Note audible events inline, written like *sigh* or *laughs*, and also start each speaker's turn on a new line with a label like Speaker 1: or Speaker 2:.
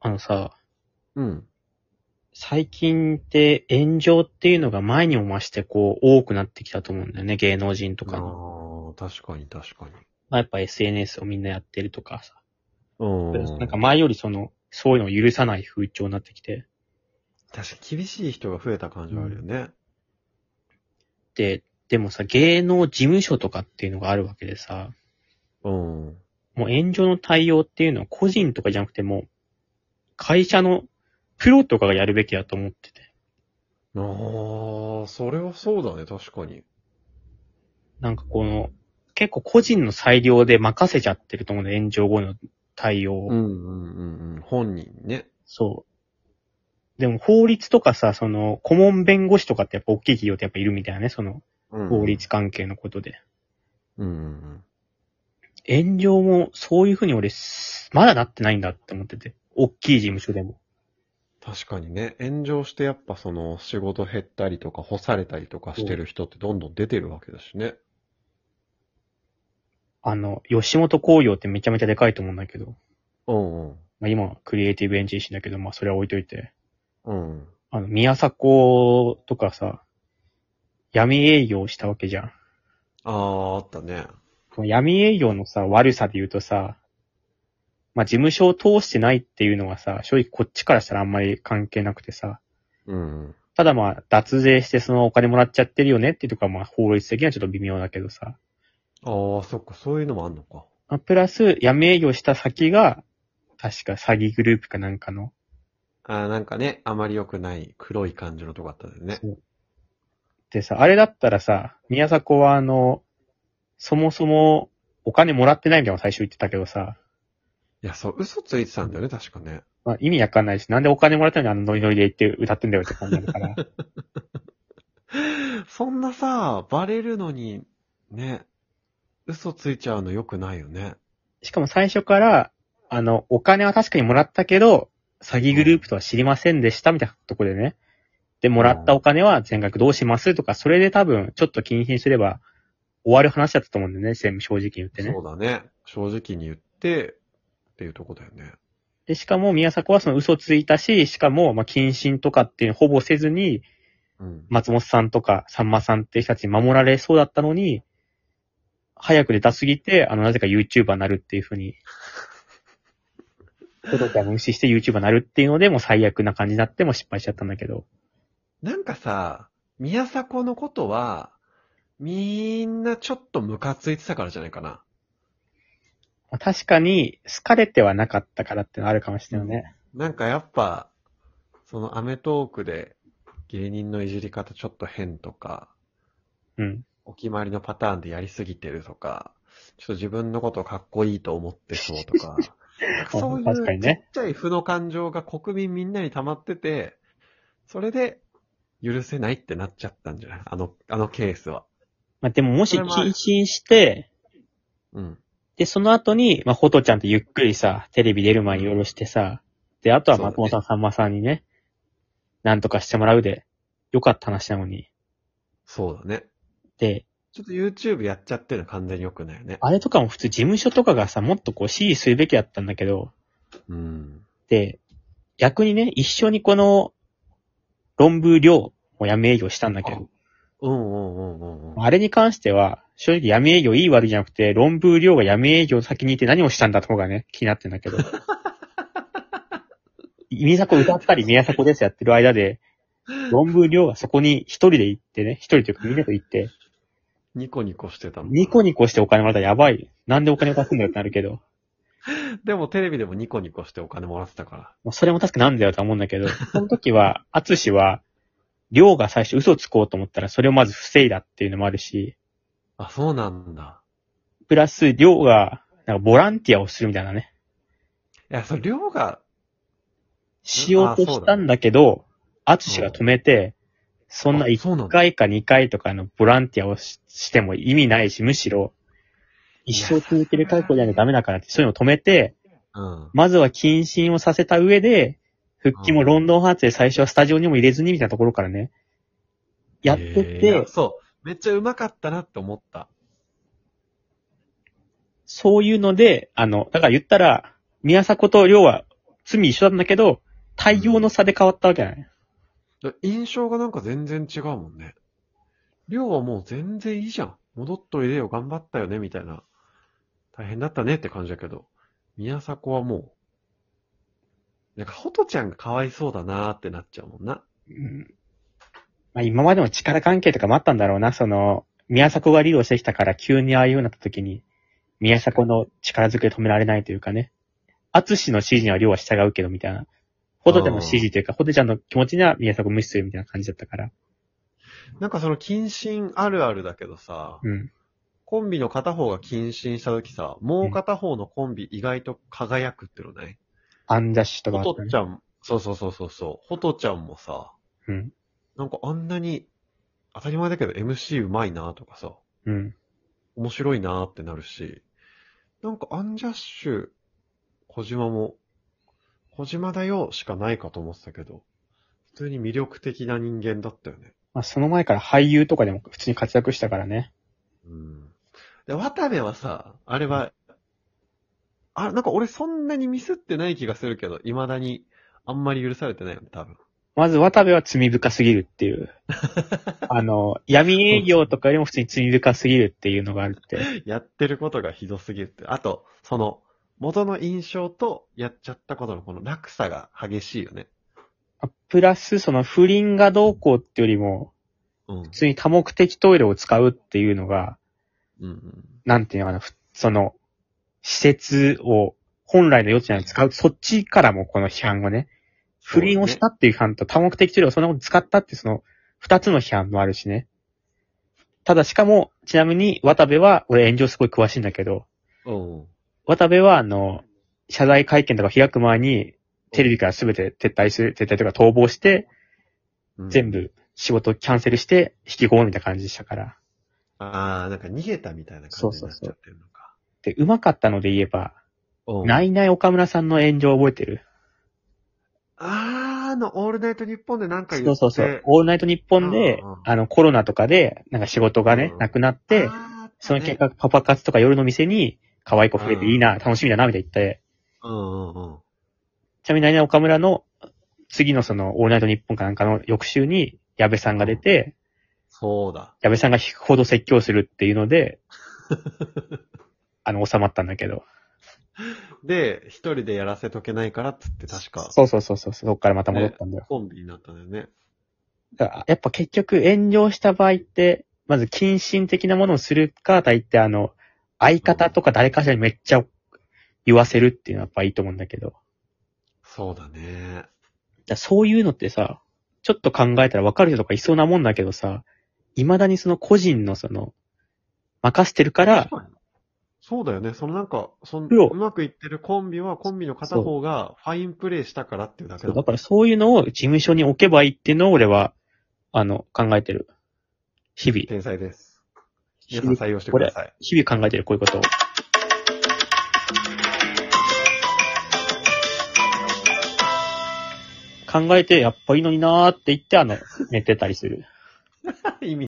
Speaker 1: あのさ、
Speaker 2: うん。
Speaker 1: 最近って炎上っていうのが前にも増してこう多くなってきたと思うんだよね、芸能人と
Speaker 2: あ
Speaker 1: かに。
Speaker 2: あ、確かに確かに。
Speaker 1: まあ、やっぱ SNS をみんなやってるとかさ。
Speaker 2: うん。
Speaker 1: なんか前よりその、そういうのを許さない風潮になってきて。
Speaker 2: 確かに厳しい人が増えた感じはあるよね。
Speaker 1: で、でもさ、芸能事務所とかっていうのがあるわけでさ、
Speaker 2: うん。
Speaker 1: もう炎上の対応っていうのは個人とかじゃなくてもう、会社のプロとかがやるべきだと思ってて。
Speaker 2: ああ、それはそうだね、確かに。
Speaker 1: なんかこの、結構個人の裁量で任せちゃってると思うんだよ、炎上後の対応を。
Speaker 2: うんうんうんうん。本人ね。
Speaker 1: そう。でも法律とかさ、その、顧問弁護士とかってやっぱ大きい企業ってやっぱいるみたいなね、その、
Speaker 2: うん
Speaker 1: 法律。関係のことで。
Speaker 2: うんうん
Speaker 1: 炎上もそういうふうに俺す、まだなってないんだって思ってて。大きい事務所でも。
Speaker 2: 確かにね、炎上してやっぱその仕事減ったりとか干されたりとかしてる人ってどんどん出てるわけだしね。
Speaker 1: あの、吉本興業ってめちゃめちゃでかいと思うんだけど。
Speaker 2: うんうん。
Speaker 1: まあ今はクリエイティブエンジン誌だけど、まあそれは置いといて。
Speaker 2: うん。
Speaker 1: あの、宮迫とかさ、闇営業したわけじゃん。
Speaker 2: ああ、あったね。
Speaker 1: この闇営業のさ、悪さで言うとさ、まあ、事務所を通してないっていうのはさ、正直こっちからしたらあんまり関係なくてさ、
Speaker 2: うん。
Speaker 1: ただまあ、脱税してそのお金もらっちゃってるよねっていうとこはまあ、法律的にはちょっと微妙だけどさ、
Speaker 2: ああ、そっか、そういうのもあんのか。
Speaker 1: まあ、プラス闇営業した先が、確か詐欺グループかなんかの、
Speaker 2: ああ、なんかね、あまり良くない黒い感じのとこあったんだよね。
Speaker 1: でさ、あれだったらさ、宮迫はあの、そもそもお金もらってないみたいなの最初言ってたけどさ、
Speaker 2: いや、そう、嘘ついてたんだよね、確かね。
Speaker 1: まあ、意味わかんないし、なんでお金もらったのにあのノリノリで言って歌ってんだよって感じになるから。
Speaker 2: *laughs* そんなさ、バレるのに、ね、嘘ついちゃうの良くないよね。
Speaker 1: しかも最初から、あの、お金は確かにもらったけど、詐欺グループとは知りませんでしたみたいなとこでね。で、もらったお金は全額どうしますとか、それで多分、ちょっと謹慎すれば、終わる話だったと思うんだよね、全部正直に言ってね
Speaker 2: そ。うだね。正直に言って、っていうとこだよね。
Speaker 1: で、しかも宮迫はその嘘ついたし、しかも、まあ、謹慎とかっていうのほぼせずに、
Speaker 2: うん。
Speaker 1: 松本さんとか、さんまさんっていう人たちに守られそうだったのに、早く出たすぎて、あの、なぜか YouTuber になるっていうふう
Speaker 2: *laughs*
Speaker 1: に、ことか無視して YouTuber になるっていうので、もう最悪な感じになっても失敗しちゃったんだけど。
Speaker 2: なんかさ、宮迫のことは、みんなちょっとムカついてたからじゃないかな。
Speaker 1: まあ確かに、好かれてはなかったからっていうのはあるかもしれないよね。
Speaker 2: なんかやっぱ、そのアメトーークで芸人のいじり方ちょっと変とか、
Speaker 1: うん。
Speaker 2: お決まりのパターンでやりすぎてるとか、ちょっと自分のことかっこいいと思ってそうと
Speaker 1: *laughs*
Speaker 2: か、なんかそうい
Speaker 1: 確かに
Speaker 2: うち
Speaker 1: ね
Speaker 2: っちゃい負の感情が国民みんなに溜まってて、それで許せないってなっちゃったんじゃないあの、あのケースは。
Speaker 1: まあ、でももし
Speaker 2: これもある
Speaker 1: 謹慎して、
Speaker 2: うん。
Speaker 1: で、その後に、まあ、ほとちゃんとゆっくりさ、テレビ出る前にいろいろしてさ、で、あとは松本さん、さんまさんにね、なんとかしてもらうで、よかった話なのに。
Speaker 2: そうだね。
Speaker 1: で、
Speaker 2: ちょっと YouTube やっちゃってるの完全に良くないよね。
Speaker 1: あれとかも普通事務所とかがさ、もっとこう支持するべきだったんだけど、
Speaker 2: うん。
Speaker 1: で、逆にね、一緒にこの、論文量も闇営業したんだけど、
Speaker 2: うんうんうんうんうん。
Speaker 1: あれに関しては、正直闇営業いい悪いじゃなくて、論文量が闇営業の先にいて何をしたんだとかがね、気になってんだけど。宮迫歌ったり宮迫ですやってる間で、論文量がそこに一人で行ってね、一人というかみんなと行って、
Speaker 2: ニコニコしてたもん。
Speaker 1: ニコニコしてお金もらったらやばい。なんでお金を貸すんだよってなるけど。
Speaker 2: でもテレビでもニコニコしてお金もらってたから。
Speaker 1: まあ、それも確かなんだよとは思うんだけど、その時は、アツシは、りょうが最初嘘をつこうと思ったら、それをまず防いだっていうのもあるし、
Speaker 2: あ、そうなんだ。
Speaker 1: プラス、りょうが、なんかボランティアをするみたいなね、
Speaker 2: いや、それ量が、
Speaker 1: しようとしたんだけど、アツシが止めて、そんな
Speaker 2: あそうなん
Speaker 1: 1
Speaker 2: だ
Speaker 1: 回か2回とかのボランティアをししても意味ないし、むしろ、一生続ける覚悟じゃないとダメだからって、そういうのを止めて、
Speaker 2: うん。
Speaker 1: まずは謹慎をさせた上で、復帰もロンドンハーツで最初はスタジオにも入れずにみたいなところからね、やって
Speaker 2: えーい
Speaker 1: て
Speaker 2: や、そう。めっちゃうまかったなって思った。
Speaker 1: そういうので、あの、だから言ったら、宮迫と亮は、罪一緒なんだけど、対応の差で変わったわけだね。
Speaker 2: だ印象がなんか全然違うもんね。りょうはもう全然いいじゃん。戻っといでよ、頑張ったよね、みたいな。大変だったねって感じだけど、宮迫はもう、なんか、ほとちゃんがかわいそうだなーってなっちゃうもんな。
Speaker 1: うん。まあ今までも力関係とかもあったんだろうな、その、宮迫がリードしてきたから急にああいうようになった時に、宮迫の力づくで止められないというかね。淳の指示には亮は従うけど、みたいな。ホトちゃんの指示というか、ホトちゃんの気持ちには宮迫無視するみたいな感じだったから。
Speaker 2: なんかその、謹慎あるあるだけどさ、
Speaker 1: うん。
Speaker 2: コンビの片方が謹慎した時さ、もう片方のコンビ意外と輝くってのない
Speaker 1: アンジャッシュとかあ
Speaker 2: ほ
Speaker 1: っ
Speaker 2: と
Speaker 1: たね
Speaker 2: ちゃん、そうそうそうそうそう、ほとちゃんもさ、
Speaker 1: うん。
Speaker 2: なんかあんなに、当たり前だけど MC うまいなとかさ、
Speaker 1: うん。
Speaker 2: 面白いなーってなるし、なんかアンジャッシュ、小島も、小島だよしかないかと思ってたけど、普通に魅力的な人間だったよね。
Speaker 1: まあその前から俳優とかでも普通に活躍したからね。
Speaker 2: うん。で、渡部はさ、あれは、あ、なんか俺そんなにミスってない気がするけど、未だにあんまり許されてないよね、多分。
Speaker 1: まず渡部は罪深すぎるって
Speaker 2: *laughs*
Speaker 1: いう。あの、闇営業とかよりも普通に罪深すぎるっていうのがあるって。
Speaker 2: やってることがひどすぎるって。あと、その、元の印象とやっちゃったことのこの落差が激しいよね。
Speaker 1: あプラス、その不倫がどうこうってよりも、
Speaker 2: うん。
Speaker 1: 普通に多目的トイレを使うっていうのが、
Speaker 2: うんうん。
Speaker 1: なんていうのかな、ふその、施設を本来の余地なのに使う、そっちからもこの批判をね、不倫をしたっていう批判と多目的トイレをそんなこと使ったってその、二つの批判もあるしね。ただしかも、ちなみに渡部は、俺炎上すごい詳しいんだけど、
Speaker 2: うん。
Speaker 1: 渡部はあの、謝罪会見とか開く前に、テレビから全て撤退する、撤退というか逃亡して、
Speaker 2: うん
Speaker 1: 全。部仕事キャンセルして引きこもるみたいな感じでしたから。
Speaker 2: ああ、なんか逃げたみたいな感じになっちゃってるのか。
Speaker 1: で、うまかったので言えば、
Speaker 2: うん
Speaker 1: ないない岡村さんの炎上覚えてる
Speaker 2: ああ、あの、オールナイト日本でなんか言っ
Speaker 1: そ
Speaker 2: て
Speaker 1: うそうそう。オールナイト日本で
Speaker 2: うんうん、
Speaker 1: あの、コロナとかで、なんか仕事がね
Speaker 2: うん、
Speaker 1: なくなって、
Speaker 2: あーあったね
Speaker 1: その結果、パパ活とか夜の店に、可愛い子増えていいな、楽しみだな、みたいな言って、
Speaker 2: うんうんうん。
Speaker 1: ちなみにないない岡村の、次のその、オールナイト日本かなんかの翌週に、矢部さんが出て、
Speaker 2: そうだ。
Speaker 1: 矢部さんが引くほど説教するっていうの
Speaker 2: *laughs*
Speaker 1: で、あの、収まったんだけど。
Speaker 2: で、一人でやらせとけないからっつって確か、
Speaker 1: そうそうそうそう、そこからまた戻ったんだよ。
Speaker 2: コンビになったんだよね。
Speaker 1: だからやっぱ結局炎上した場合って、まず謹慎的なものをするか、大体あの、相方とか誰かしらにめっちゃ言わせるっていうのはやっぱいいと思うんだけど。だか
Speaker 2: そうだね。
Speaker 1: らそういうのってさ、ちょっと考えたらわかる人とかいそうなもんだけどさ、未だにその個人のその、任せてるから、
Speaker 2: そうだよね。そのなんか、その
Speaker 1: プロ
Speaker 2: うまくいってるコンビは、コンビの片方がファインプレーしたからっていうだけ
Speaker 1: そ
Speaker 2: だ
Speaker 1: う
Speaker 2: も
Speaker 1: だ
Speaker 2: ん
Speaker 1: からそういうのを事務所に置けばいいっていうのを俺は、あの、考えてる。日々。
Speaker 2: 天才です。
Speaker 1: 日
Speaker 2: 皆さん
Speaker 1: 々
Speaker 2: 採用してください。
Speaker 1: 日々考えてる、こういうことを。考えて、やっぱいいのになーって言って、あの、寝てたりする。
Speaker 2: 意味